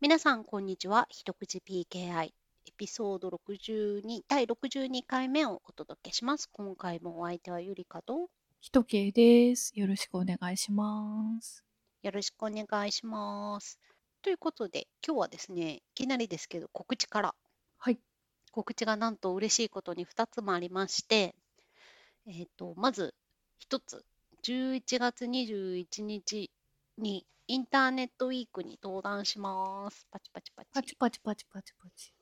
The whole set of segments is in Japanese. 皆さん、こんにちは。一口 PKI エピソード62、第62回目をお届けします。今回もお相手はゆりかとひとけいです。よろしくお願いします。よろしくお願いします。ということで、今日はですね、いきなりですけど、告知から。はい。告知がなんと嬉しいことに2つもありまして、えっ、ー、と、まず1つ、11月21日にインターネットウィークに登壇します。パチパチパチ。パチパチパチパチパチ。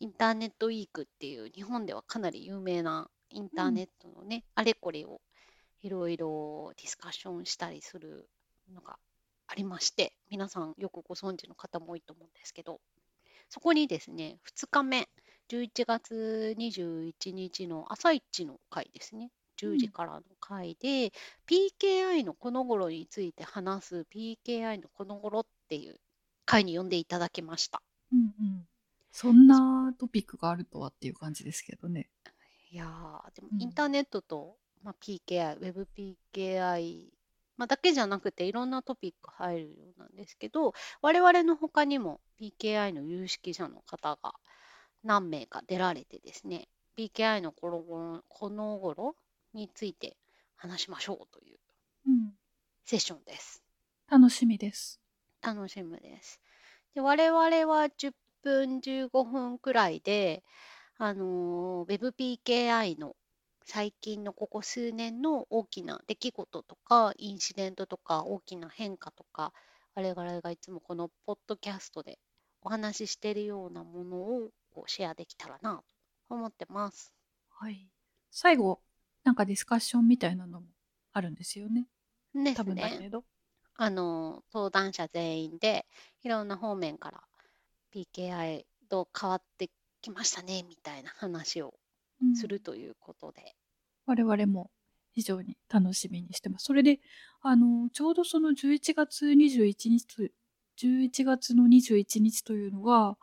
インターネットウィークっていう日本ではかなり有名なインターネットのね、あれこれをいろいろディスカッションしたりするのがありまして、皆さんよくご存知の方も多いと思うんですけど、そこにですね、2日目、11月21日の朝一の回ですね、10時からの回で、PKI のこの頃について話す PKI のこの頃っていう回に呼んでいただきました。うんうん、そんなトピックがあるとはっていう感じですけどね。いやでもインターネットと、うん、まあ、PKI、WebPKI、まあ、だけじゃなくていろんなトピック入るようなんですけど、我々の他にも PKI の有識者の方が何名か出られてですね、PKI のこの頃について話しましょうというセッションです。うん、楽しみです。楽しみです。で我々は10分15分くらいで、あのー、WebPKI の最近のここ数年の大きな出来事とかインシデントとか大きな変化とか我々がいつもこのポッドキャストでお話ししているようなものをこうシェアできたらなと思ってます。はい、最後なんかディスカッションみたいなのもあるんですよね。ね多分だけど。あの登壇者全員でいろんな方面から PKI と変わってきましたねみたいな話をするということで、うん、我々も非常に楽しみにしてます。それであのちょうどその11月21日と11月の21日というのが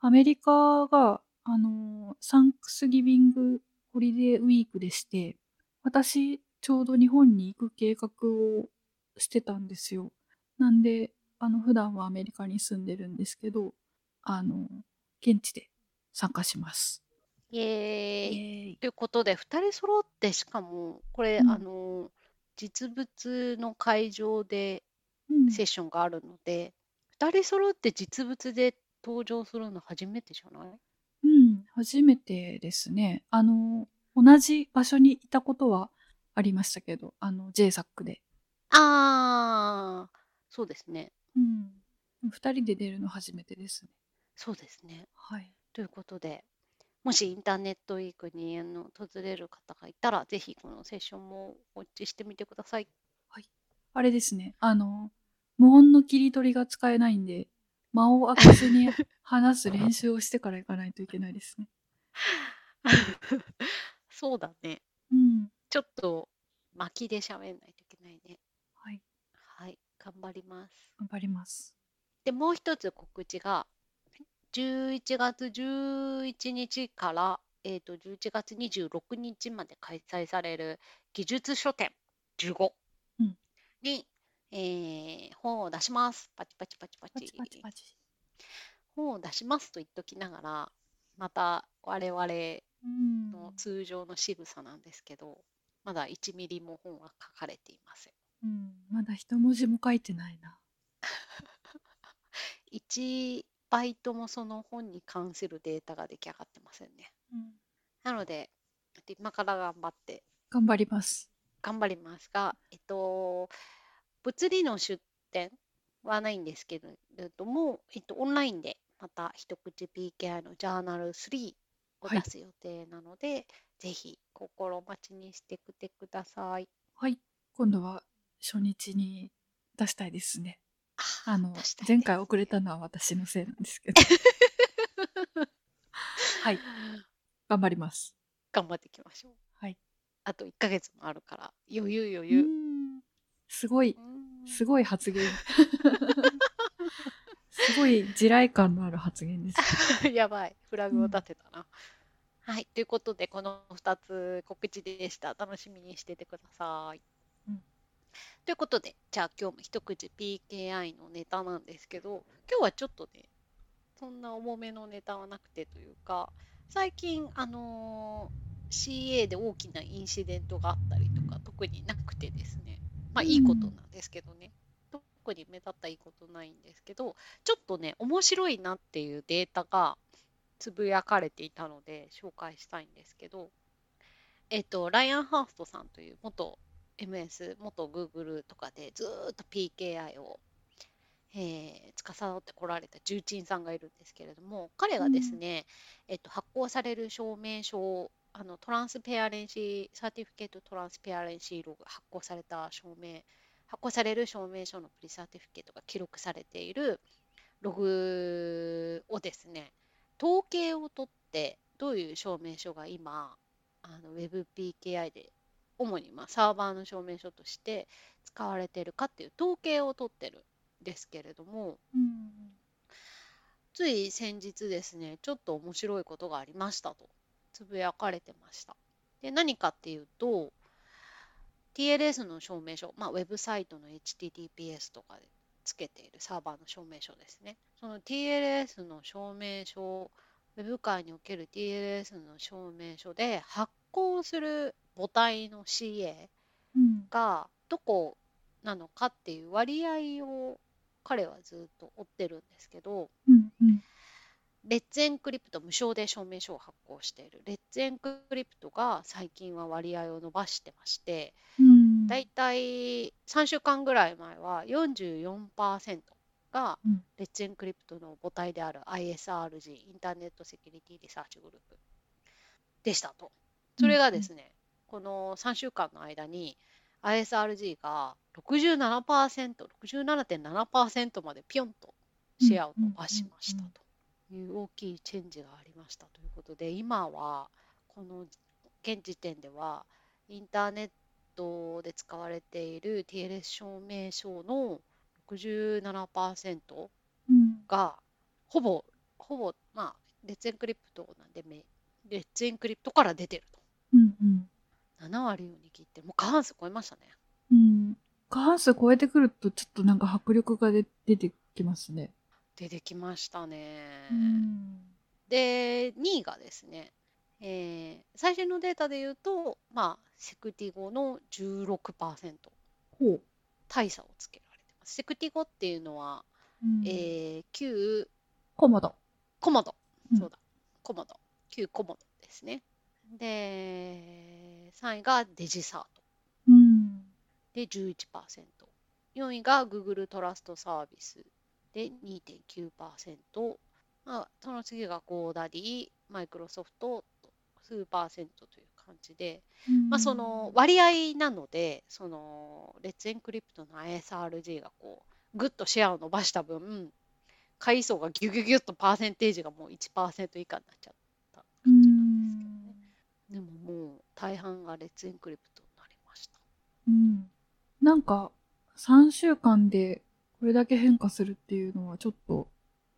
アメリカがあのサンクスギビングホリデーウィークでして、私、ちょうど日本に行く計画をしてたんですよ。なんで、あの、普段はアメリカに住んでるんですけど、あの、現地で参加します。イエーイ。イエーイということで、2人揃って、しかも、これ、うん、あの、実物の会場でセッションがあるので、うん、2人揃って実物で登場するの初めてじゃないうん、初めてですね。あの、同じ場所にいたことはありましたけど、あの、JSAC で。ああ、そうですね。うん。2人で出るの初めてですね。そうですね。はい。ということで、もしインターネットウィークにあの訪れる方がいたら、ぜひこのセッションもウォッチしてみてください。はい。あれですね。あの、無音の切り取りが使えないんで、間を空けずに話す練習をしてから行かないといけないですね。 そうだね。うん。ちょっと巻きで喋んないといけないね。はい。はい。頑張ります。頑張ります。で、もう一つ告知が、11月11日から、えーと、と11月26日まで開催される技術書店15に、うんえー、本を出します。パチパチパチパチ。パチパチ本を出しますと言っときながら、また我々の通常の仕草なんですけど、まだ1ミリも本は書かれていません。うん、まだ一文字も書いてないな。 1バイトもその本に関するデータが出来上がってませんね。うん、なので、今から頑張って。頑張ります。頑張りますが、えっと、物理の出展はないんですけれども、えっと、オンラインでまた一口 PKI のジャーナル3を出す予定なので、はい、ぜひ心待ちにしてくてください。はい、今度は初日に出したいですね。あの、ね、前回遅れたのは私のせいなんです けど。はい、頑張ります。頑張っていきましょう。はい。あと1ヶ月もあるから余裕余裕。すごい、すごい発 言。すごい地雷感のある発言です、ね。 やばい、フラグを立てたな。うん、はい、ということで、この2つ告知でした。楽しみにしててください。うん、ということで、じゃあ今日も一口 PKI のネタなんですけど、今日はちょっとね、そんな重めのネタはなくてというか、最近、あのー CA で大きなインシデントがあったりとか、特になくてですね、まあいいことなんですけどね、特に目立ったいいことないんですけど、ちょっとね、面白いなっていうデータがつぶやかれていたので、紹介したいんですけど、えっと、ライアン・ハーストさんという元 MS、元 Google とかでずーっと PKI を、えー、司ってこられた重鎮さんがいるんですけれども、彼がですね、えっと、発行される証明書をあのトランスペアレンシー、サーティフィケートトランスペアレンシーログ、発行された証明、発行される証明書のプリサーティフィケートが記録されているログをですね、統計を取って、どういう証明書が今、あの WebPKI で主にまあサーバーの証明書として使われているかっていう統計を取ってるんですけれどもうんつい先日ですねちょっと面白いことがありましたとつぶやかれてましたで何かっていうと TLS の証明書、まあ、ウェブサイトの HTTPS とかでつけているサーバーの証明書ですねその TLS の証明書ウェブ界における TLS の証明書で発行する母体の CA うんがどこなのかっていう割合を彼はずっと追ってるんですけどうんうんレッツエンクリプト無償で証明書を発行しているレッツエンクリプトが最近は割合を伸ばしてましてうんだいたい3週間ぐらい前は44%がうんレッツエンクリプトの母体である ISRG インターネットセキュリティリサーチグループでしたと。それがですね、この3週間の間に ISRG が67%、67.7%までピョンとシェアを伸ばしましたという大きいチェンジがありましたということで、今はこの現時点ではインターネットで使われている TLS 証明書の67%うんがほぼほぼまあレッツエンクリプトなんでめレッツエンクリプトから出てると。うんうん7割を握ってもう過半数超えましたねうん過半数超えてくるとちょっとなんか迫力がで出てきますね。出てきましたね、うんで2位がですね、えー最新のデータで言うとまあセクティ5の16%ほう。大差をつけられてますセクティ5っていうのは、うんえー旧コモド。コモド、うんそうだコモド旧コモドですねで3位がデジサートうん。で11%。4位が Google トラストサービスで2.9%。まあ、その次が GoDaddy、Microsoft と数パーセントという感じで、まあ、その割合なので、そのレッツエンクリプトの ISRG がこうぐっとシェアを伸ばした分、階層がギュギュギュッとパーセンテージがもう1%以下になっちゃった感じなんですけどね。でももう大半がレッツエンクリプトになりました。うんなんか3週間でこれだけ変化するっていうのはちょっと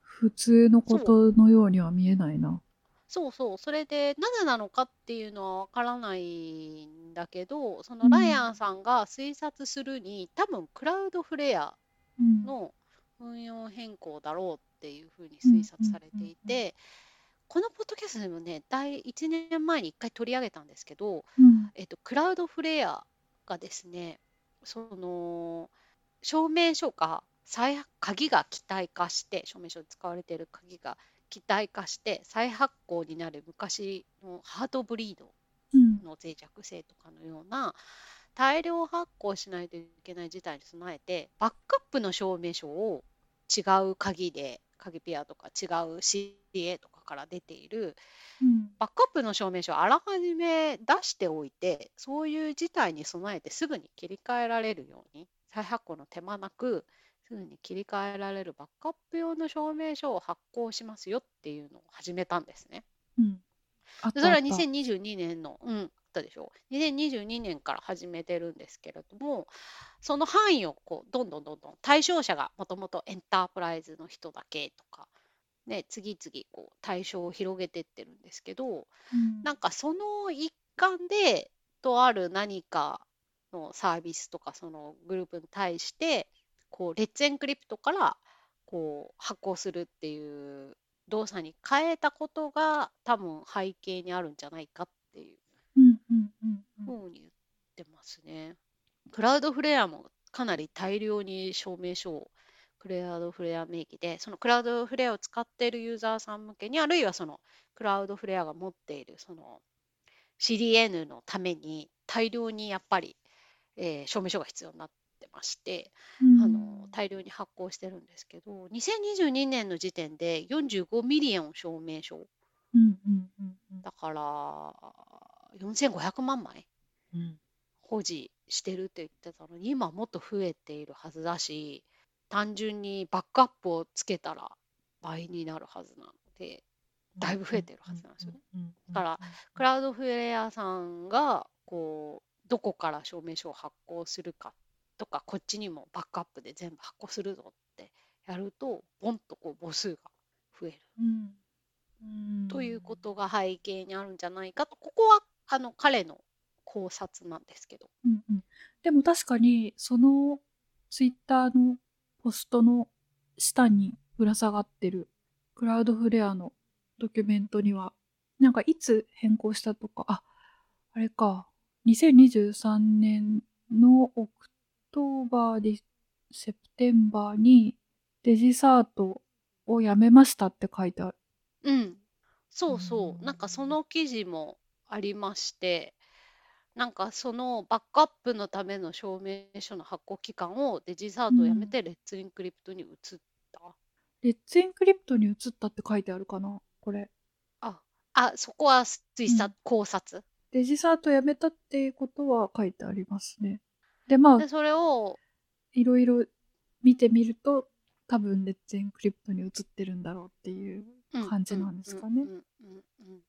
普通のことのようには見えないな。そうそう、それでなぜなのかっていうのはわからないんだけど、そうのんライアンさんが推察するに、多分クラウドフレアうんの運用変更だろうっていうふうにうん推察されていて、このポッドキャストでもね、第1年前に1回取り上げたんですけど、うんえっと、クラウドフレアがですね、その証明書が再鍵が機体化して証明書に使われている鍵が機体化して再発行になる昔のハートブリードうんの脆弱性とかのような大量発行しないといけない事態に備えてバックアップの証明書を違う鍵で鍵ペアとか違う CA とかから出ているうんバックアップの証明書をあらかじめ出しておいて、そういう事態に備えてすぐに切り替えられるように、再発行の手間なく、すぐに切り替えられるバックアップ用の証明書を発行しますよっていうのを始めたんですね。うんあっでたそれはあった2022年の、うん、あったでしょう。2022年から始めてるんですけれども、その範囲をこうどんどんどんどん対象者がもともとエンタープライズの人だけとか、ね、次々こう対象を広げてってるんですけど、うんなんかその一環でとある何かのサービスとかそのグループに対してこうレッツエンクリプトからこう発行するっていう動作に変えたことが多分背景にあるんじゃないかっていううんうんうんうんふうに言ってますね。クラウドフレアもかなり大量に証明書をクラウドフレア名義で、そのクラウドフレアを使っているユーザーさん向けに、あるいはそのクラウドフレアが持っているその CDN のために大量にやっぱり、えー証明書が必要になってまして、うんあの大量に発行してるんですけど、2022年の時点で45ミリオン証明書、うんうんうんうんだから4500万枚うん保持してるって言ってたのに今もっと増えているはずだし単純にバックアップをつけたら倍になるはずなのでだいぶ増えてるはずなんですよね。うんうんうんうんだからクラウドフレアさんがこうどこから証明書を発行するかとかこっちにもバックアップで全部発行するぞってやるとボンとこう母数が増えるうんうんということが背景にあるんじゃないかとここはあの彼の考察なんですけど。うんうん、でも確かにそのツイッターのポストの下にぶら下がってるクラウドフレアのドキュメントにはなんかいつ変更したとかああれか2023年のオクトーバーでセプテンバーにデジサートをやめましたって書いてある。うん、そうそうう、んなんかその記事もありまして、なんかそのバックアップのための証明書の発行期間をデジサートをやめてレッツインクリプトに移った。レッツエンクリプトに移ったって書いてあるかなこれ。あ、あ、そこは推察、うん考察。デジサートやめたっていうことは書いてありますね。で、まあで、、それを、いろいろ見てみると、多分、レッツエンクリプトに移ってるんだろうっていうう。ん感じなんですかねうんうんうんうん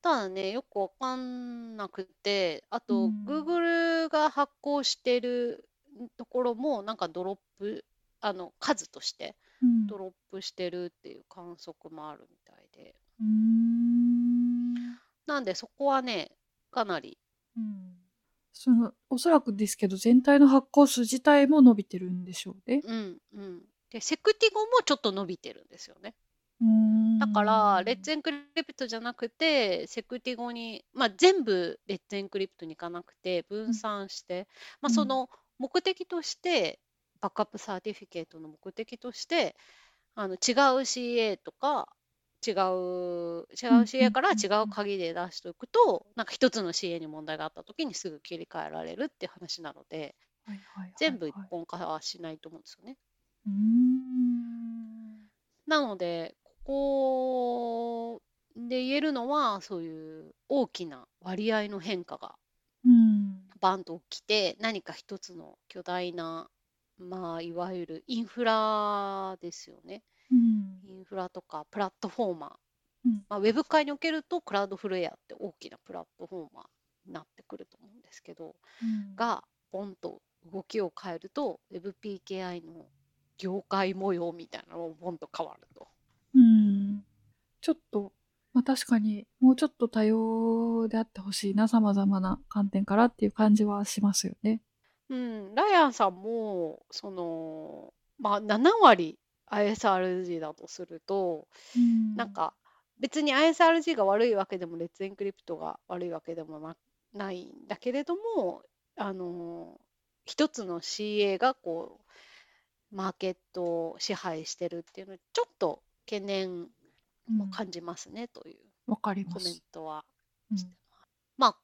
ただね、よくわかんなくて、あうと、ん Google が発行してるところも、なんかドロップ、あの、数として。うんドロップしてるっていう観測もあるみたいで。うーんなんでそこはね、かなり、うんその、おそらくですけど、全体の発行数自体も伸びてるんでしょうね。うんうん。で、セクティゴもちょっと伸びてるんですよね。うーんだから、レッツエンクリプトじゃなくて、セクティゴに、まあ、全部レッツエンクリプトに行かなくて、分散して、まあ、うんその目的として、バックアップサーティフィケートの目的として、あの違う CA とか、違う、違うんううん CA から違うんううん鍵で出しておくと、なんか一つの CA に問題があった時にすぐ切り替えられるって話なので、はいはいはいはい全部一う本化はしないと思うんですよね。ーんなので、ここで言えるのは、そういう大きな割合の変化がうんバンと起きて、何か一つの巨大な、まあ、いわゆるインフラですよね。うんインフラとかプラットフォーマー。うんまあ、ウェブ界におけると、クラウドフレアって大きなプラットフォーマーになってくると思うんですけど、うんが、ポンと動きを変えると、WebPKI の業界模様みたいなのもボンと変わると。うんちょっと、まあ、確かにもうちょっと多様であってほしいなさまざまな観点からっていう感じはしますよね。うん、ライアンさんも、その、まあ、7割 ISRG だとすると、なんか、別に ISRG が悪いわけでも、レッツエンクリプトが悪いわけでもな、ないんだけれども、あの、一つの CA が、こう、マーケットを支配してるっていうのは、ちょっと懸念うんも感じますね、というわかりまコメンす。トはうんしてますまあ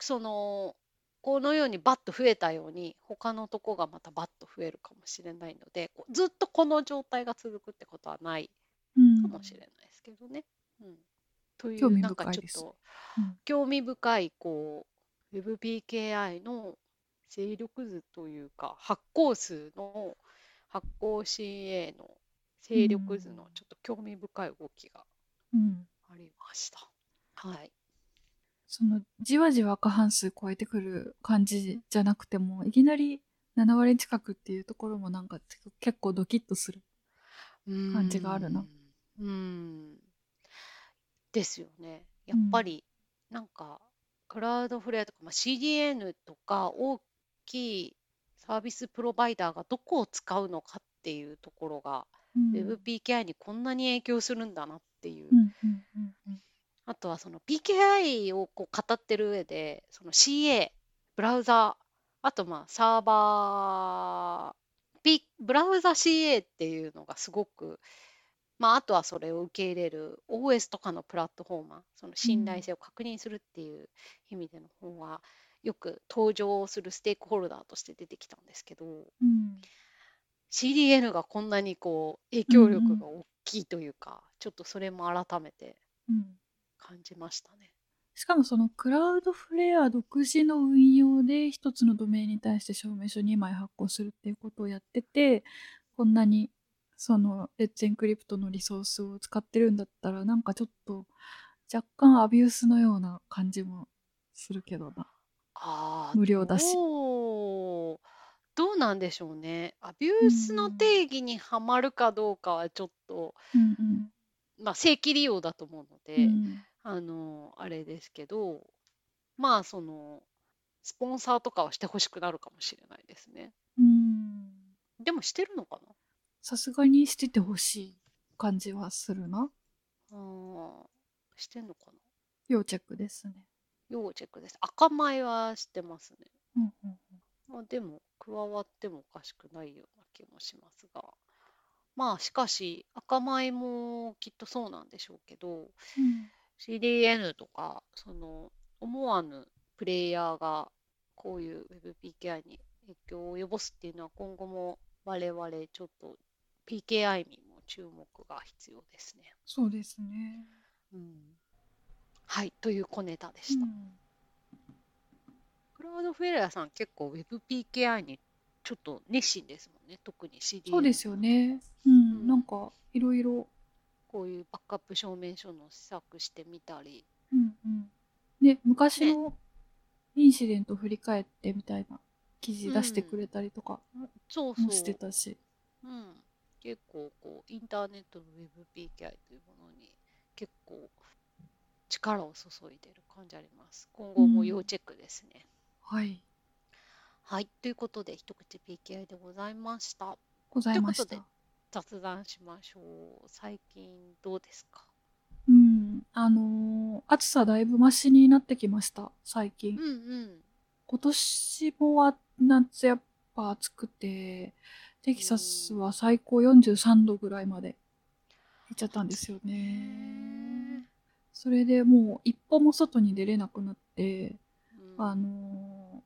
そのこのようにバッと増えたように他のとこがまたバッと増えるかもしれないのでこうずっとこの状態が続くってことはないかもしれないですけどね。うん、とい興う味なんか深いちょでっすとうん興味深いこう WebPKI の勢力図というか発行数の発行 CA の勢力図のうんちょっと興味深い動きがうんありました。はい、そのじわじわ過半数超えてくる感じじゃなくてもいきなり7割近くっていうところもなんか結構ドキッとする。感じがあるな。うん。ですよね。やっぱり、なんか、クラウドフレアとか、まあ、CDN とか大きいサービスプロバイダーがどこを使うのかっていうところが、うん、 WebPKI にこんなに影響するんだなっていう、うんうんうんうんあとはその PKI をこう語ってる上でその CA ブラウザあとまあサーバー、P、ブラウザ CA っていうのがすごくまああとはそれを受け入れる OS とかのプラットフォーマーその信頼性を確認するっていう意味での本はよく登場するステークホルダーとして出てきたんですけど、うん。 CDN がこんなにこう影響力が大きいというか、ちょっとそれも改めてうん感じましたね。しかもそのクラウドフレア独自の運用で一つのドメインに対して証明書2枚発行するっていうことをやっててこんなにそのレッツエンクリプトのリソースを使ってるんだったらなんかちょっと若干アビュースのような感じもするけどな。あー無料だしどうどうなんでしょうね。アビュースの定義にはまるかどうかはちょっと、うんうんまあ、正規利用だと思うので、うんあのあれですけどまあそのスポンサーとかはしてほしくなるかもしれないですね。うんでもしてるのかなさすがにしててほしい感じはするな。あーしてんのかな要チェックですね。要チェックです。赤米はしてますね。うんうんまあ、でも加わってもおかしくないような気もしますがまあしかし赤米もきっとそうなんでしょうけどうん、 CDN とかその思わぬプレイヤーがこういう WebPKI に影響を及ぼすっていうのは今後も我々ちょっと PKI にも注目が必要ですね。そうですね。うん、はいという小ネタでした。うんクラウドフェレアさん結構 WebPKI にちょっと熱心ですもんね特に CD そうですよね。うん、うんなんかいろいろ。こういうバックアップ証明書の施策してみたりうんうん。ね、昔のインシデント振り返ってみたいな記事出してくれたりとかそうそうもしてたし。うん、結構こうインターネットの WebPKI というものに結構力を注いでる感じあります今後も要チェックですね、はい。はいということで一口 PKI でございましたございましというたこ。雑談しましょう最近どうですかうん。あのー暑さだいぶマシになってきました、最近うん。うん今年もは夏やっぱ暑くて、テキサスは最高43度ぐらいまで行っちゃったんですよね。それでもう一歩も外に出れなくなって、うんあの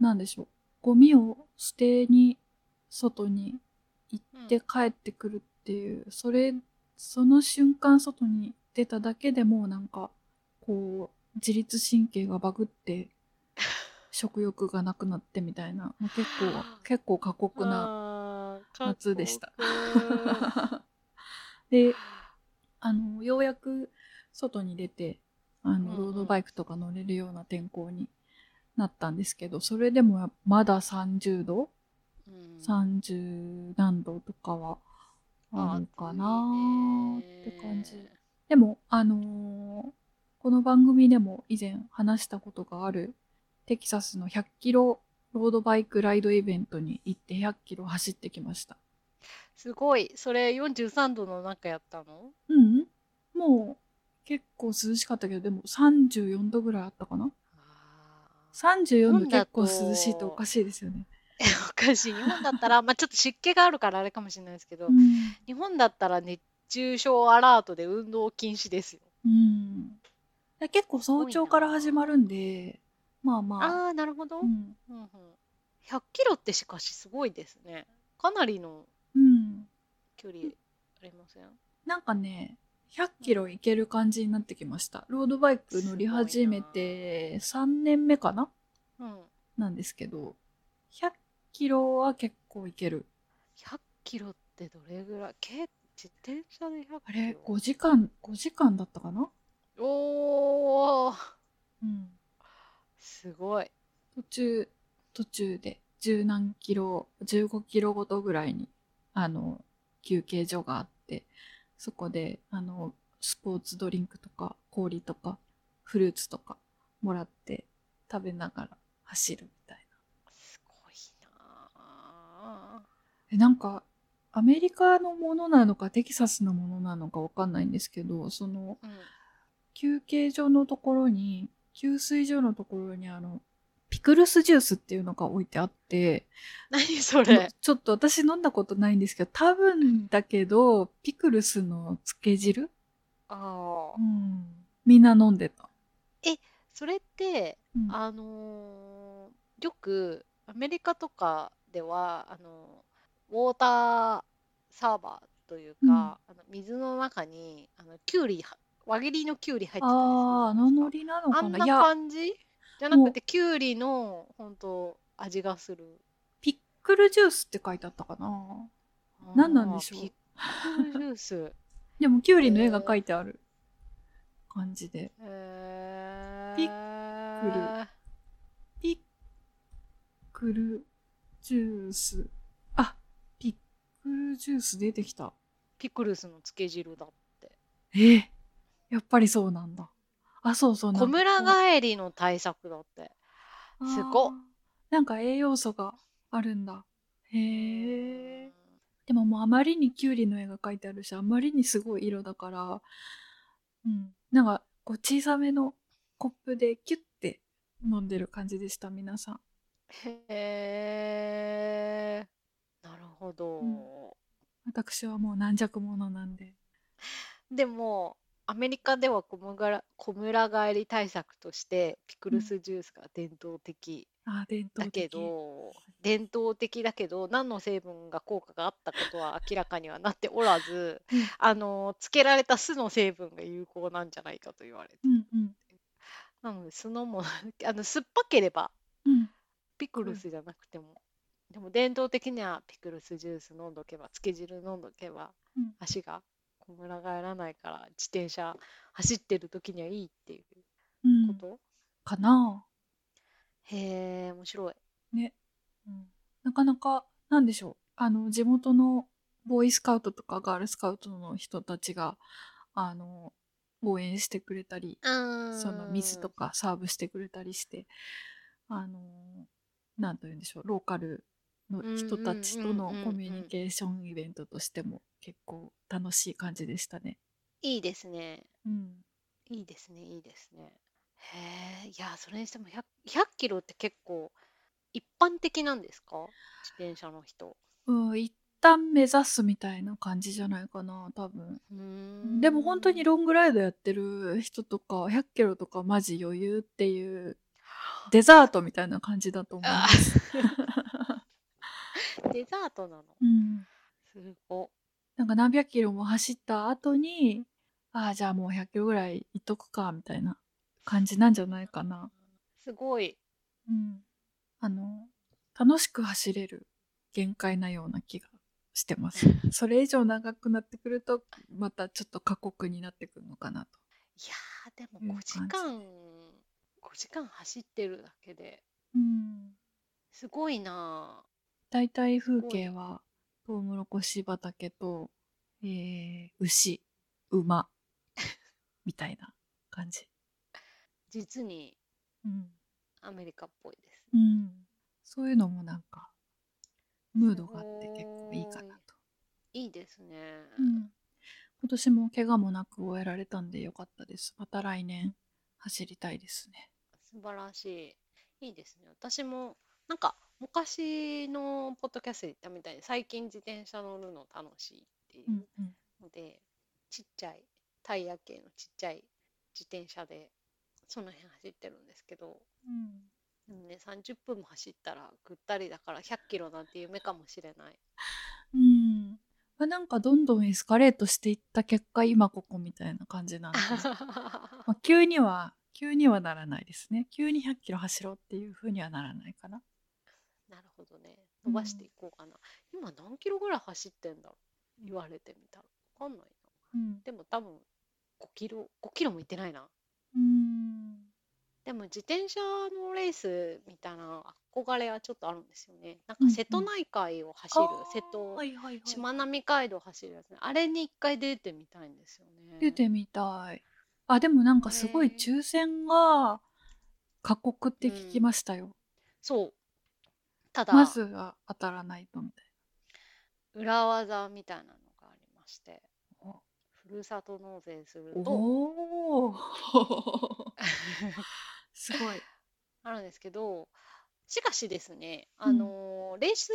ーなんでしょう。ゴミを捨てに、外に行って帰ってくるっていう、それ、その瞬間外に出ただけでもうなんか、こう、自律神経がバ グって、食欲がなくなってみたいな、もう結構、結構過酷な。な夏でした。 かっで、あの、ようやく外に出て、うあの、んうんロードバイクとか乗れるような天候になったんですけど、それでもやまだ30度、こいいうん30何度とかはあるかなーって感じ。暑いねでも、あのーこの番組でも以前話したことがある、テキサスの100キロロードバイクライドイベントに行って100キロ走ってきました。すごい。それ43度の中やったのうんもう結構涼しかったけど、でも34度ぐらいあったかな日 ?34 度本だと結構涼しいとおかしいですよね。えおかしい。日本だった ら、まあちょっと湿気があるからあれかもしれないですけど、うん日本だったら熱中症アラートで運動禁止ですよ。うん、で結構早朝から始まるんで、まあまあ、ああー、なるほど。ううんんうん、100キロってしかしすごいですね。かなりのうん、距離ありませんなんかね、100キロ行ける感じになってきました。ロードバイク乗り始めて3年目かなうん。なんですけど、100キロは結構行ける。 100キロってどれぐらいけ自転車で100キロあれ、5時間、5時間だったかなおーうん。すごい。途中、途中で十何キロ、15キロごとぐらいに、あの、休憩所があって、そこで、あの、スポーツドリンクとか、氷とか、フルーツとかもらって食べながら走るみたいな。すごいなあえなんかアメリカのものなのかテキサスのものなのかわかんないんですけどそのうん休憩所のところに給水所のところにあのピクルスジュースっていうのが置いてあって何そまれちょっと私飲んだことないんですけど多分だけどピクルスの漬け汁、ああうん、みんな飲んでた。それってうんあのーよくアメリカとかではあのーウォーターサーバーというか、うんあの水の中にあのキュウリは輪切りのキュウリ入ってたりするあーあじゃなのいですかノリなのあかんなないや感じじゃなくてキュウリの本当味がするピックルジュースって書いてあったかな何なんでしょうあーピックルジュースでもキュウリの絵が書いてある感じでえー、ピッピックルジュース。あ、ピックルジュース出てきた。ピクルスの漬け汁だえーやっぱりそうなんだ。あ、そうそうなんか小村帰りの対策だってあーすごっなんか栄養素があるんだ。へえ。でももうあまりにキュウリの絵が描いてあるし、あまりにすごい色だから、うん。なんか、こう小さめのコップでキュッて飲んでる感じでした、皆さん。へえなるほど、私はもう軟弱者なんで。でもアメリカでは小村小村帰り対策としてピクルスジュースが伝統的あー、伝統だ的けど伝統的だけど何の成分が効果があったことは明らかにはなっておらずうんあのつけられた酢の成分が有効なんじゃないかと言われてうんうん。なので酢の もあの酸っぱければうん。ピクルスじゃなくても、でも伝統的にはピクルスジュース飲んどけば漬け汁飲んどけば、うん足がこむら返らないから自転車走ってる時にはいいっていううんこ、と、かなへえ面白いあね、うん、なかなかなんでしょうあの地元のボーイスカウトとかガールスカウトの人たちがあの応援してくれたりその水とかサーブしてくれたりしてあのなんと言うんでしょうローカルの人たちとうんのうんうんうんうんコミュニケーションイベントとしても結構楽しい感じでしたね。いいですねうん、いいですねいいですねへえいやそれにしても 100, 100キロって結構一般的なんですか自転車の人うん、一旦目指すみたいな感じじゃないかな多分。うーんでも本当にロングライドやってる人とか100キロとかマジ余裕っていうデザートみたいな感じだと思いまあす。デザートなのうん、すごっなんか何百キロも走った後にああじゃあもう100キロぐらいいっとくかみたいな感じなんじゃないかな。すごいうん、あの楽しく走れる限界なような気がしてます。それ以上長くなってくるとまたちょっと過酷になってくるのかなと。いやーでもいう5時感じ間5時間走ってるだけでうんすごいな大体風景はトウモロコシ畑と、えー牛馬 みたいな感じ、ー実にうんアメリカっぽいですうねん、そういうのもなんかムードがあって結構いいかなと、いいですね、うん今年も怪我もなく終えられたんでよかったですまた来年走りたいですね素晴らしいいいですね私もなんか昔のポッドキャストで言ったみたいに最近自転車乗るの楽しいっていううんうんので、ちっちゃいタイヤ系のちっちゃい自転車でその辺走ってるんですけどでもね30分も走ったらぐったりだから100キロなんて夢かもしれないうんまあ、なんかどんどんエスカレートしていった結果今ここみたいな感じ なんでまあ、急には急にはならないですね急に100キロ走ろうっていうふうにはならないかな なるほどね伸ばしていこうかな、今何キロぐらい走ってんだろう言われてみたら分かんないなうんでも多分5キロ5キロもいってないなうんでも自転車のレースみたいな憧れはちょっとあるんですよねなんうんうかん瀬戸内海を走る、瀬戸、はいはいはいしまなみ海道を走るやつねあれに一回出てみたいんですよね出てみたいあでもなんかすごいね抽選が過酷って聞きましたよ。そう。ただ、まずは当たらないとみたい裏技みたいなのがありまして、おふるさと納税するな。と、おお。 すごい。あるんですけど、しかしですね、あのーレース、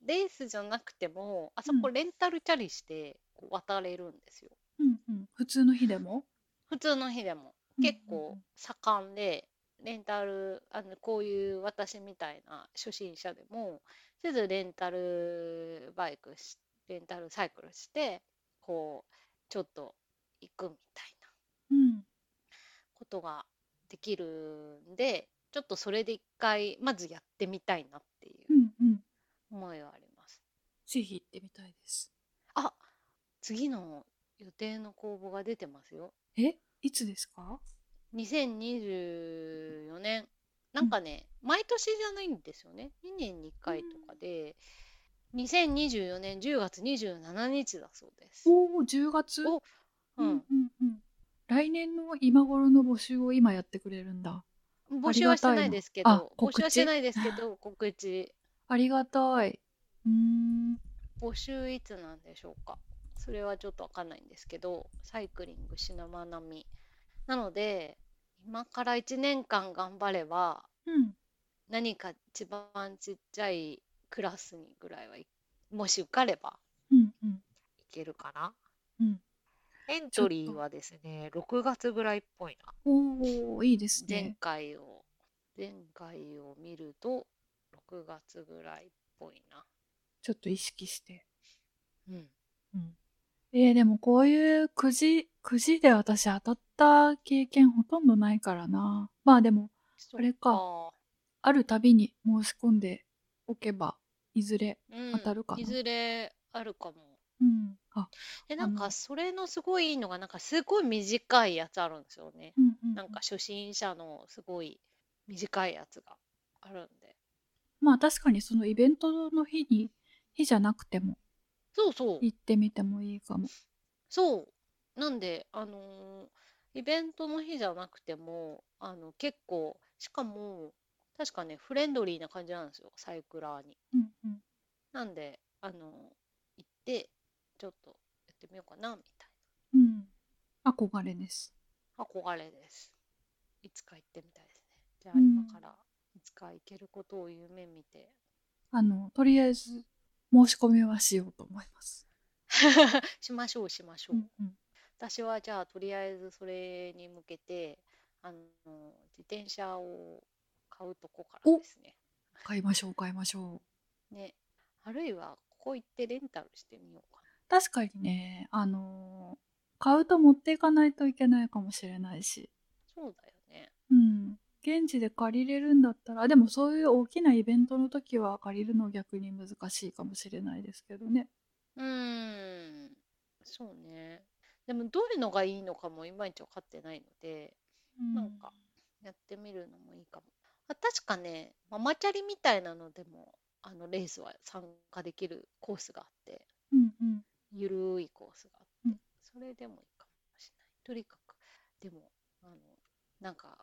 レースじゃなくても、あそこうレンタルチャリしてこう渡れるんですよ。うんうん。普通の日でも。普通の日でも。結構盛んで、レンタル、あの、こういう私みたいな初心者でも、せずレンタルバイクし、レンタルサイクルして、こう、ちょっと行くみたいなうん。うん。ことができるんで、ちょっとそれで一回、まずやってみたいなっていううんうんうん。思いはあります。ぜひ行ってみたいです。あ、次の予定の公募が出てますよ。え、いつですか？ 2024年。なんかね、毎年じゃないんですよね。2年に1回とかで、2024年10月27日だそうです。おお、10月。おううんん。うんうん。来年の今頃の募集を今やってくれるんだ。募集はしてないですけありがたいどな、あ募集はして告知ないですけど、告知。ありがたい。うーん。募集いつなんでしょうかそれはちょっとわかんないんですけどサイクリングしなまなみなので今から1年間頑張ればうん。何か一番ちっちゃいクラスにぐらいはいもし受かればうんうんいけるかなうん。エントリーはですね6月ぐらいっぽいなおお、いいです前ね。回を前回を見ると6月ぐらいっぽいなちょっと意識して。うんうん。えー、でもこういうくじ、くじで私当たった経験ほとんどないからな。まあでも、そあれかっあるたびに申し込んでおけば、いずれ。うん当たるかないずれあるかもうん。あ、で、あなんかのそれのすごいいいのが、なんかすごい短いやつあるんですよね。うんうん。なんか初心者のすごい短いやつがあるんで。まあ確かにそのイベントの日に、日じゃなくてもそうそう、行ってみてもいいかも。そう。なんで、あのーイベントの日じゃなくても、あの、結構、しかも、確かね、フレンドリーな感じなんですよ、サイクラーに。うんうん。なんで、あのー行って、ちょっとやってみようかな、みたいうん。憧れです。な。憧れです。いつか行ってみたいですね。じゃあ、うん今から、いつか行けることを夢見て、 あの、とりあえず申し込みはしようと思います。しましょうしましょうう、んうん。私はじゃあとりあえずそれに向けてあの自転車を買うとこからですね買いましょう、買いましょう。ねあるいはここ行ってレンタルしてみようか確かにね、あのー買うと持っていかないといけないかもしれないし。なそうだよねうん。現地で借りれるんだったら、でもそういう大きなイベントの時は借りるの逆に難しいかもしれないですけどね。うーんそうねでもどういうのがいいのかもいまいち分かってないのでうんなんかやってみるのもいいかもあ確かねママチャリみたいなのでもあのレースは参加できるコースがあってうんうん。ゆるいコースがあうっんて、それでもいいかもしれない。とにかく、でも、あの、なんか、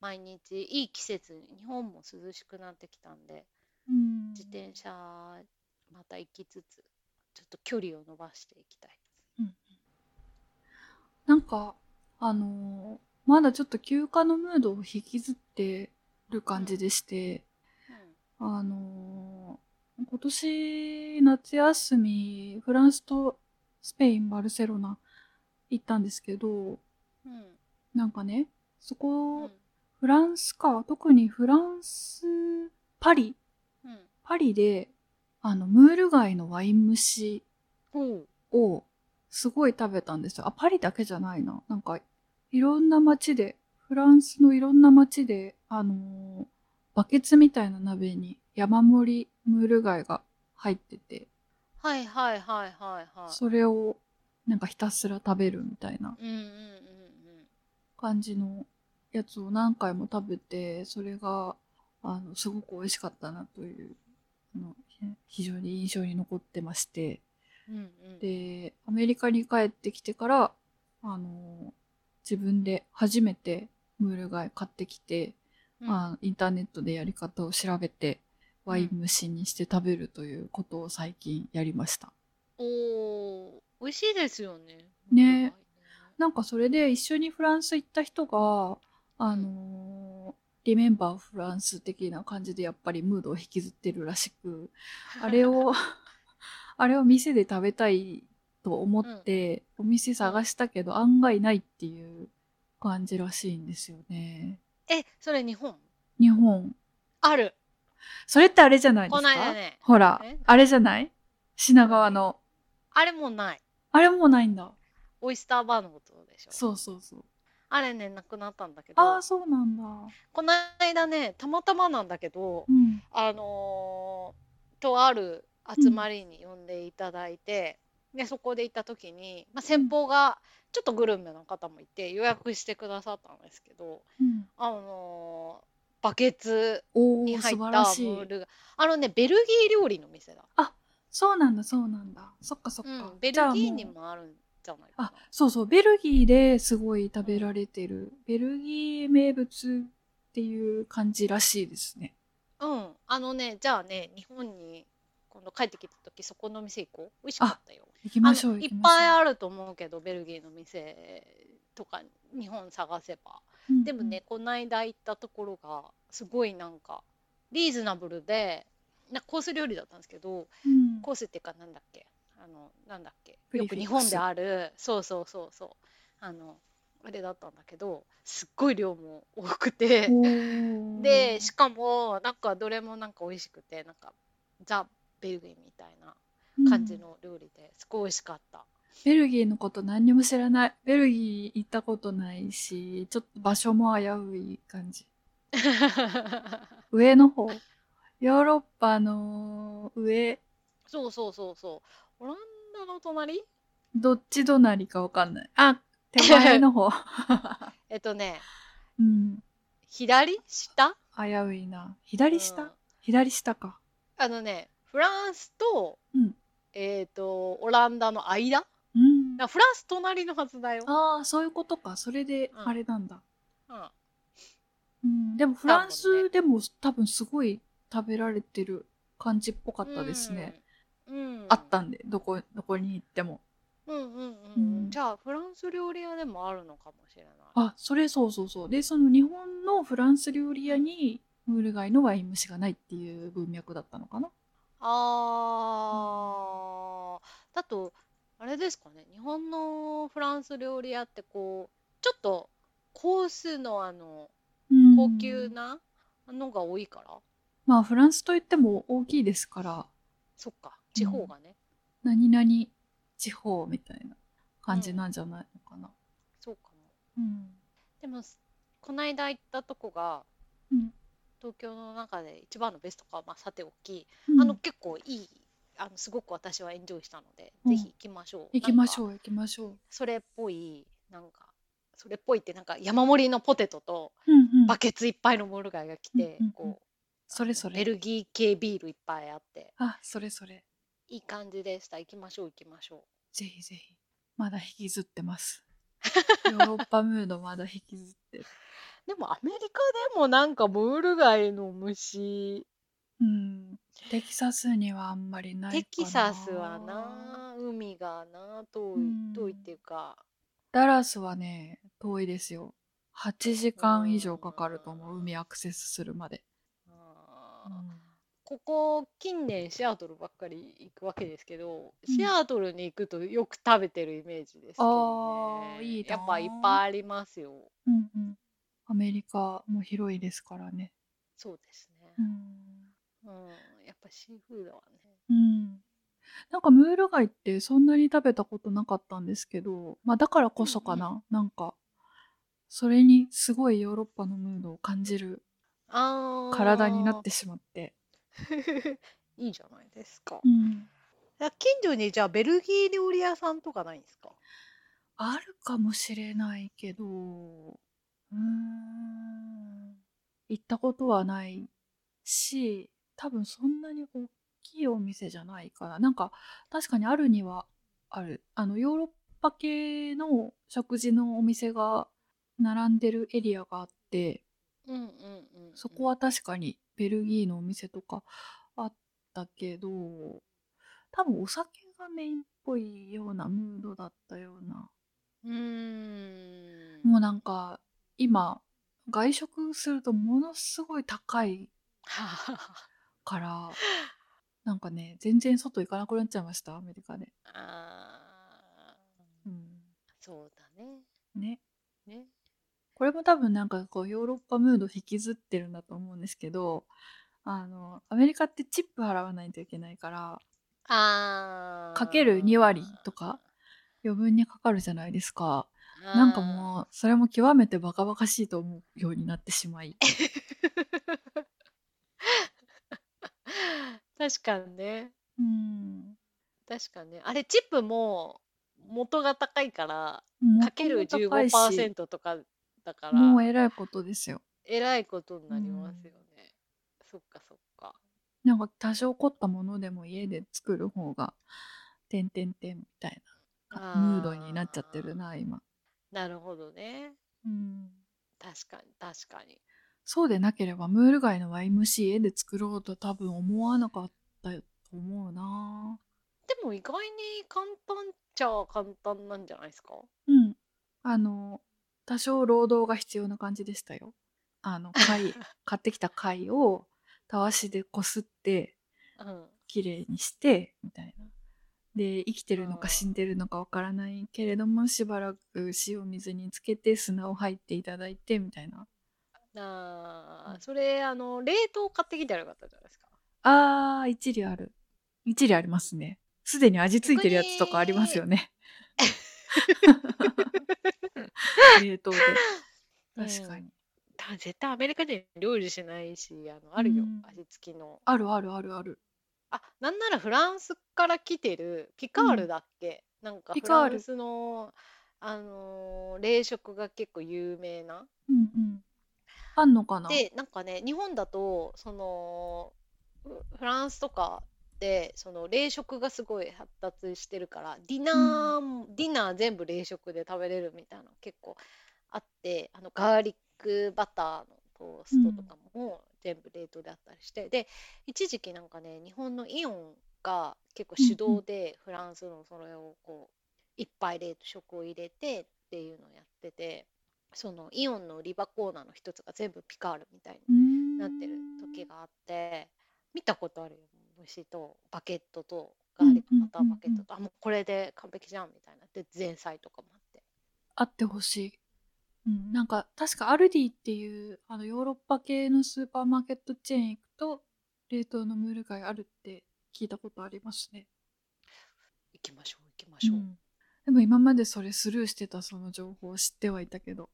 毎日いい季節に、日本も涼しくなってきたんで、うん。自転車、また行きつつ、ちょっと距離を伸ばしていきたい。なんか、あのーまだちょっと休暇のムードを引きずってる感じでして、あのー今年夏休み、フランスとスペイン、バルセロナ行ったんですけど、うん。うん。なんかね、そこ、うん。フランスか、特にフランス、パリ、うん。パリで、あの、ムール貝のワイン蒸しほう。をすごい食べたんですよ。あ、パリだけじゃないな。なんか、いろんな街で、フランスのいろんな街で、あのーバケツみたいな鍋に山盛りムール貝が入ってて、はいはいはいはいはい。それをなんかひたすら食べるみたいなうんうんうん感じのやつを何回も食べて、それが、あの、すごく美味しかったなという、あのひ非常に印象に残ってまして、うん。うんうん。で、アメリカに帰ってきてから、あの、自分で初めてムール貝買ってきて、まあ、インターネットでやり方を調べうて、んワイン蒸しにして食べるということを最近やりました。おー美味しいですよね。ねなんかそれで一緒にフランス行った人が、あのーリメンバーフランス的な感じでやっぱりムードを引きずってるらしく、あれを、あれを店で食べたいと思って、お店探したけど案外ないっていう感じらしいんですよね。 えそれ日本日本。あるそれってあれじゃないですこかないだねほらえ、あれじゃない品川の。あれもうないあれもうないんだ。オイスターバーのことでしょそうそうそう。あれねなくなったんだけどああ、そうなんだ。こないだねたまたまなんだけどうん。あのーとある集まりに呼んでいただいて、でそこで行った時に、まあ、先方がちょっとグルメの方もいて予約してくださったんですけどうん、あのーバケツおにお、入った素晴ムらしいー。ルがあのねベルギー料理の店だ、そうなんだ、そうなんだ。そっかそっうか。ん、ベルじゃあうギーに。もあるんじゃないかなあ、そうそう、ベルギーですごい食べられてる。ベルギー名物っていう感じらしいですね。うん、あのね、じゃあね、日本に今度帰ってきた時、そこの店行こう。美味しかったよ。行きあましょのう、い行っきましょう。ぱいあると思うけど、ベルギーの店とか日本探せば。うんでもね、、こないだ行ったところがすごいなんかリーズナブルで、なコース料理だったんですけど、うんコースっていうかなんだっけあのなんだっけプリよフくィッ日クス本であるそうそうそうそうあのあれだったんだけど、すっごい量も多くて。おーでしかもなんかどれもなんか美味しくてなんかザ・ベルギーみたいな感じ、うんの料理ですごい美味しか った、ベルギーのこと何にも知らない。ベルギー行ったことないし、ちょっと場所も危うい感じ。上の方。ヨーロッパの上、そうそうそうそうオランダの隣どっち隣かわかんない。あ、手前 の方。えっとねうん。左下危ういな。左下、うん左下か。あのねフランスと、うんえっ、とオランダの間だかうん。らフランス隣のはずだよ、ああ、そういうことか。それで、うんあれなんだ。うんうん。でもフランスでも多分すごい食べられてる感じっぽかったですね。うん、うんあったんで、どこ、どこに行っても。うんうんうん、ううんん、じゃあフランス料理屋でもあるのかもしれないあ、それそうそうそう。で、その日本のフランス料理屋に、ムール貝のワイン蒸しがないっていう文脈だったのかな。あーだとあれですかね日本のフランス料理屋ってこうちょっとコースのあのうん高級。なのが多いから、まあ、フランスといっても大きいですから、そっか地方がね、何々地方みたいな感じなんじゃないのかな。そうかもうん。でもこないだ行ったとこがうん東京の中で一番のベストかは、まあ、さておき、うんあの結構いいあのすごく私はエンジョイしたので、うぜんひ行きましょう行きましうょう、行きましょう。それっぽいなんかそれっぽいってなんか山盛りのポテトとうんうんバケツいっぱいのモルガイが来て、うんうんうんこそれそうベれ。ルギー系ビールいっぱいあってあ、それそれ。いい感じでした行きましょう行きましょぜひぜひ。まだ引きずっ てます。ヨーロッパムードまだ引きずってる。うでもアメリカでもなんかモルガイの虫うん。テキサスにはあんまりないかな。テキサスは。な海がな遠い、うん遠いっていうかダラスはね、遠いですよ。8時間以上かかると思う。海アクセスするまで。あーここ近年シアトルばっかり行くわけですけど、シアトルに行くとよく食べてるイメージですけど、ねあーいいなやっぱいっぱいありますようんうん。アメリカも広いですからね。そうですね、うん。うん、やっぱシーフードはねうんなんかムール貝ってそんなに食べたことなかったんですけど、まあ、だからこそかな、うんなんかそれにすごいヨーロッパのムードを感じるあー体になってしまって、 いいじゃないですかうん近所にじゃあベルギー料理屋さんとかないんですかあるかもしれないけどうーん行ったことはないし多分そんなに大きいお店じゃないかななんか確かにあるにはあるあのヨーロッパ系の食事のお店が並んでるエリアがあってうんうんうんうん。そこは確かにベルギーのお店とかあったけど、多分お酒がメインっぽいようなムードだったような。うーん。 もうなんか今外食するとものすごい高いははははから、なんかね、全然外行かなくなっちゃいました、アメリカで。あうーん、そうだね。ね。ね。これも多分なんかこうヨーロッパムード引きずってるんだと思うんですけど、あの、アメリカってチップ払わないといけないから、あーかける2割とか。余分にかかるじゃないですか。なんかもう、それも極めてバカバカしいと思うようになってしまい。う。確かにね。うん。確かにね。あれ、チップも元が高いから、かける元も高いし15%とかだから、もうえらいことですよ。えらいことになりますよね。そっかそっか。なんか多少凝ったものでも家で作る方が、てんてんてんみたいなムードになっちゃってるな、今。なるほどね。うん。確かに、確かに。そうでなければ、ムール貝の YMC 家で作ろうと多分思わなかったと思うな。でも意外に簡単っちゃ簡単なんじゃないですかうん。あの、多少労働が必要な感じでしたよ。あの、 貝、買ってきた貝を、たわしでこすって、うん。綺麗にして、みたいな。で、生きてるのあーか死んでるのかわからないけれども、しばらく塩水につけて砂を入っていただいて、みたいな。あうあ、んそれ、あの、冷凍買ってきたらよかったじゃないですか。あー、一理ある。一理ありますね。すでに味ついてるやつとかありますよね。冷凍で。確かに。多分絶対アメリカ人料理しないし、あの、あるよ、うん味付きの。あるあるあるある。あ、なんならフランスから来てるピカールだっけ、なんかピフカラールンスの、あのー冷食が結構有名な。うんうん。あんのかなで、なんかね、日本だと、その、フフランスとかで、その冷食がすごい発達してるから、ディナーも、ディナー全部冷食で食べれるみたいなの結構あって、あの、ガーリックバターのトーストとかも全部冷凍であったりして、で、一時期なんかね、日本のイオンが結構手動でフランスのそれをこう、いっぱい冷食を入れてっていうのをやってて、そのイオンの売り場コーナーの一つが全部ピカールみたいにななってる時があって見たことあるよ虫とバケットとガーリックバターバケットとあもうこれで完璧じゃんみたいなで前菜とかもあってあってほしい。うん、なんか確かアルディっていうあのヨーロッパ系のスーパーマーケットチェーン行くと冷凍のムール貝あるって聞いたことありますね。行きましょう行きましょう、んでも今までそれスルーしてたその情報を知ってはいたけど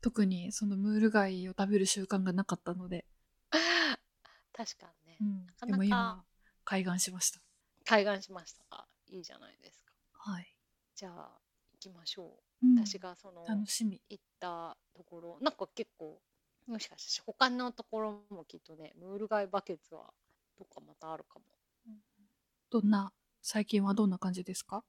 特にそのムール貝を食べる習慣がなかったので、 確かにねうんかなかでも今開眼しました。開眼しましたかいいじゃないですかはい、じゃあ行きましょうんう私がその楽しみ。行ったところなんか結構もしかして他のところもきっとねムール貝バケツはとかまたあるかもどんな最近はどんな感じですか？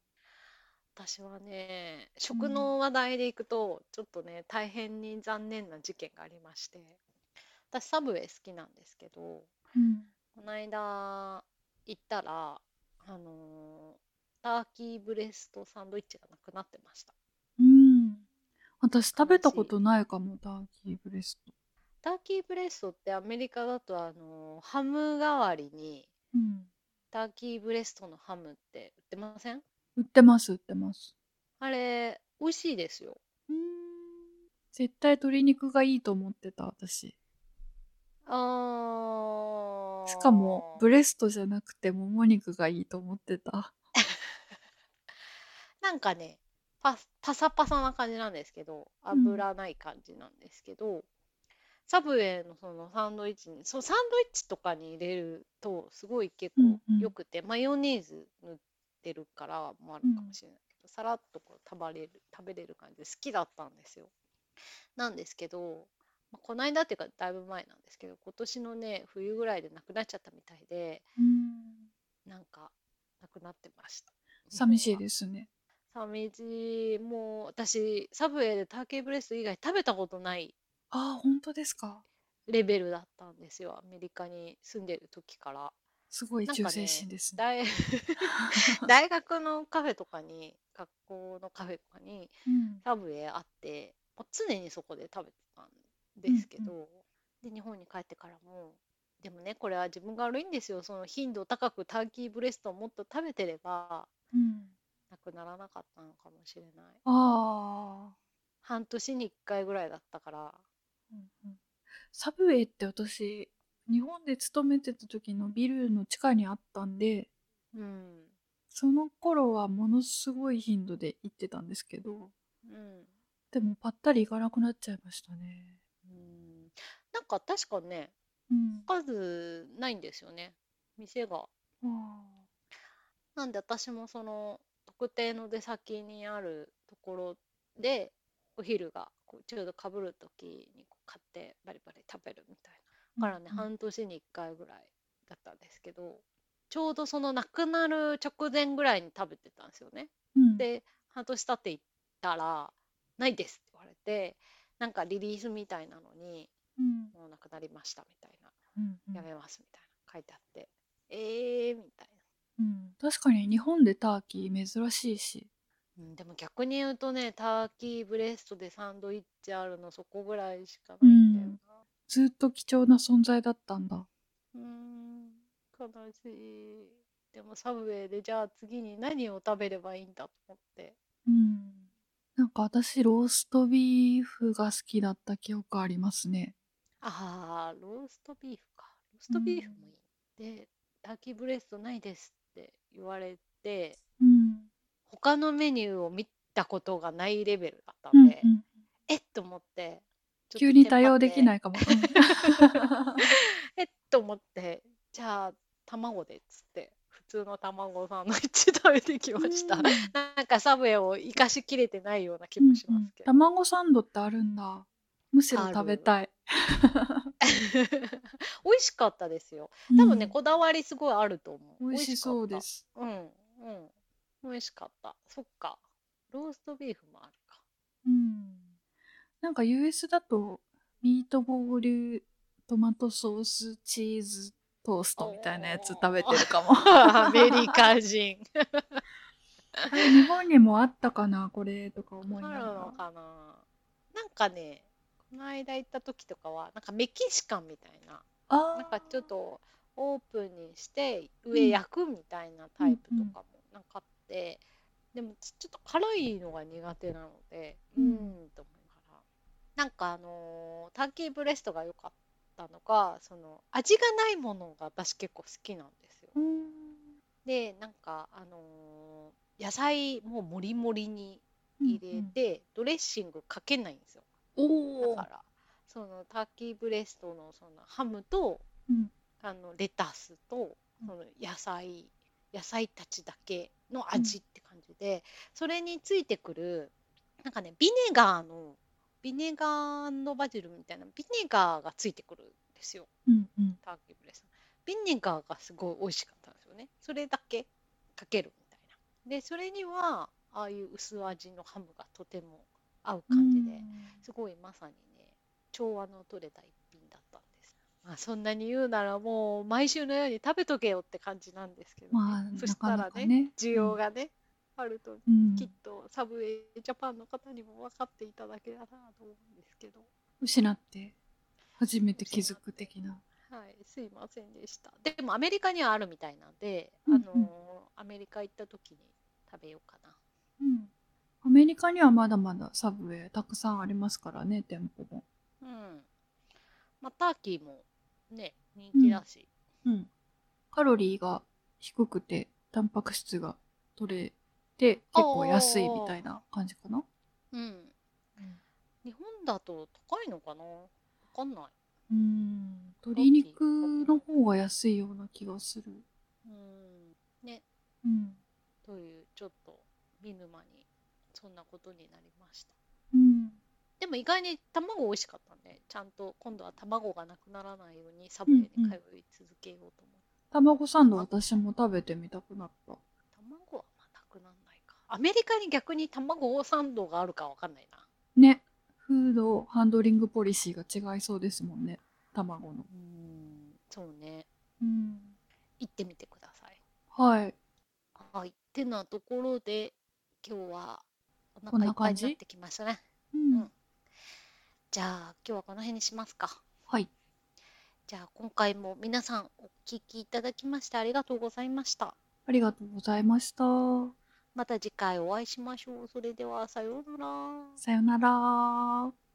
私はね、食の話題でいくと、ちょっとね、大変に残念な事件がありまして、私、サブウェイ好きなんですけど、うん、この間行ったら、あのーターキーブレストサンドイッチがなくなってました。うん、私食べたことないかもターキーブレスト。ターキーブレストってアメリカだと、あのーハム代わりに、うん、ターキーブレストのハムって売ってません売ってます売ってます。あれ、美味しいですよ。絶対鶏肉がいいと思ってた私。あーしかもブレストじゃなくてもも肉がいいと思ってた。なんかね、パスパサパサな感じなんですけど、ん油ない感じなんですけど、サブウェイのそのサンドイッチに、そうサンドイッチとかに入れると、すごい結構うんうん良くて、マヨネーズ塗ってるからもあるかもしれないけど、さらっとこう食べれる食べれる感じで好きだったんですよ。なんですけど、まあこの間っていうかだいぶ前なんですけど、今年のね、冬ぐらいでなくなっちゃったみたいで、なんかなくなってました。寂しいすですね。サメジもう私サブウェイでターキーブレスト以外食べたことないああ、本当ですか。レベルだったんですよアメリカに住んでる時からすごいなん忠か誠ね心ですね。 大大学のカフェとかに学校のカフェとかにうんサブウェイあってもう常にそこで食べてたんですけど、で日本に帰ってからもでもねこれは自分が悪いんですよその頻度高くターキーブレストをもっと食べてればうん。なくならなかったのかもしれないああ。半年に1回ぐらいだったからうんうんサブウェイって私日本で勤めてた時のビルの地下にあったんでうんその頃はものすごい頻度で行ってたんですけどうんでもぱったり行かなくなっちゃいましたね。うんなんか確かねうん、数ないんですよね店があなんで私もその特定の出先にあるところでお昼がこうちょうどかぶる時にこう買ってバリバリ食べるみたいーなだからね、うん半年に1回ぐらいだったんですけどちょうどその亡くなる直前ぐらいに食べてたんですよね。うん、で半年経っていったら「ないです」って言われてなんかリリースみたいなのにうん「もうなくなりました」みたいなう「んやめます」みたいな書いてあって「えー」みたいな。うん、確かに日本でターキー珍しいし、うんでも逆に言うとねターキーブレストでサンドイッチあるのそこぐらいしかないんだよずっと貴重な存在だったんだ。なうん悲しいでもサブウェイでじゃあ次に何を食べればいいんだと思ってうん、なんか私ローストビーフが好きだった記憶ありますね。ああローストビーフかローストビーフもいい、でターキーブレストないですって言われてうん、他のメニューを見たことがないレベルだったうんんで、うん、えっと思ってちょっと急に対応できテンパってないかも。 うえっと思ってじゃあ卵でっつって普通の卵サンドイッチ食べてきまんした、うんなんかサブウェイを生かしきれてないような気もしうまんすけど、卵サンドってあるんだ。むしろ食べたい。 美味しかったですよ多分ね、うんこだわりすごいあると思う美味しそうですす。うんうん美味しかったそっかローストビーフもあるかうん、なんか US だとミートボールトマトソースチーズトーストみたいなやつ食べてるかも。アメリカ人あれ日本にもあったかなこれとか思いなあがるのら。かななんかねこの間行った時とかはなんかメキシカンみたいなあなんかちょっととオープンにしてう上ん焼くみたいなタイプとかもなんかあって、でもちちょっと辛いのが苦手なのでううーんんと思いながらなんかあのーターキーブレストが良かったのがその味がないものが私結構好きなんですよ。でなんかあのー野菜もうもりもりに入れて、ドレッシングかけないんですよ。おだおか。らそのターキーブレストのそのハムとうんあのレタスとうんその野菜野菜たちだけの味って感じで、それについてくるなんかねビネガーのビネガーバジルみたいなビネガーがついてくるんですようんうんターキーブレストビネガーがすごい美味しかったんですよねそれだけかけるみたいなでそれにはああいう薄味のハムがとても合う感じで、すごいまさにね調和の取れた一品だったんです、まあ、そんなに言うならもう毎週のように食べとけよって感じなんですけどね、まあそなしたらねかなかね。需要がね、あるとうんきっとサブウェイジャパンの方にも分かっていただけたらと思うんですけど失って初めて気づく的な。はいすいませんでしたでもアメリカにはあるみたいなんで、うんうんあのーアメリカ行った時に食べようかなうんアメリカにはまだまだサブウェイたくさんありますからね店舗も。うんまあターキーもね人気だし、うん、カロリーが低くてタンパク質が取れて結構安いみたいな感じかな。うん日本だと高いのかなわかんない。うん鶏肉の方が安いような気がする。うん。ね、うんという、ちょっと、見沼に、そんなことになりました。うんでも意外に卵美味しかったね。ちゃんと、今度は卵がなくならないように、サブウェイでうんうん通い続けようと思って。卵サンド私も食べてみたくなった。卵はまあなくならないか。アメリカに逆に卵サンドがあるかわかんないな。ね。フードハンドリングポリシーが違いそうですもんね卵うの、ん、そうね。うん、行ってみてください。はいはい。ってなところで、今日はおこん腹いなっぱい感にじなってきましたね。うんうんじゃあ、今日はこの辺にしますか。はいじゃあ、今回も皆さんお聞きいただきましてありがとうございました。ありがとうございましたまた次回お会いしましょう。それでは、さようなら。さよなら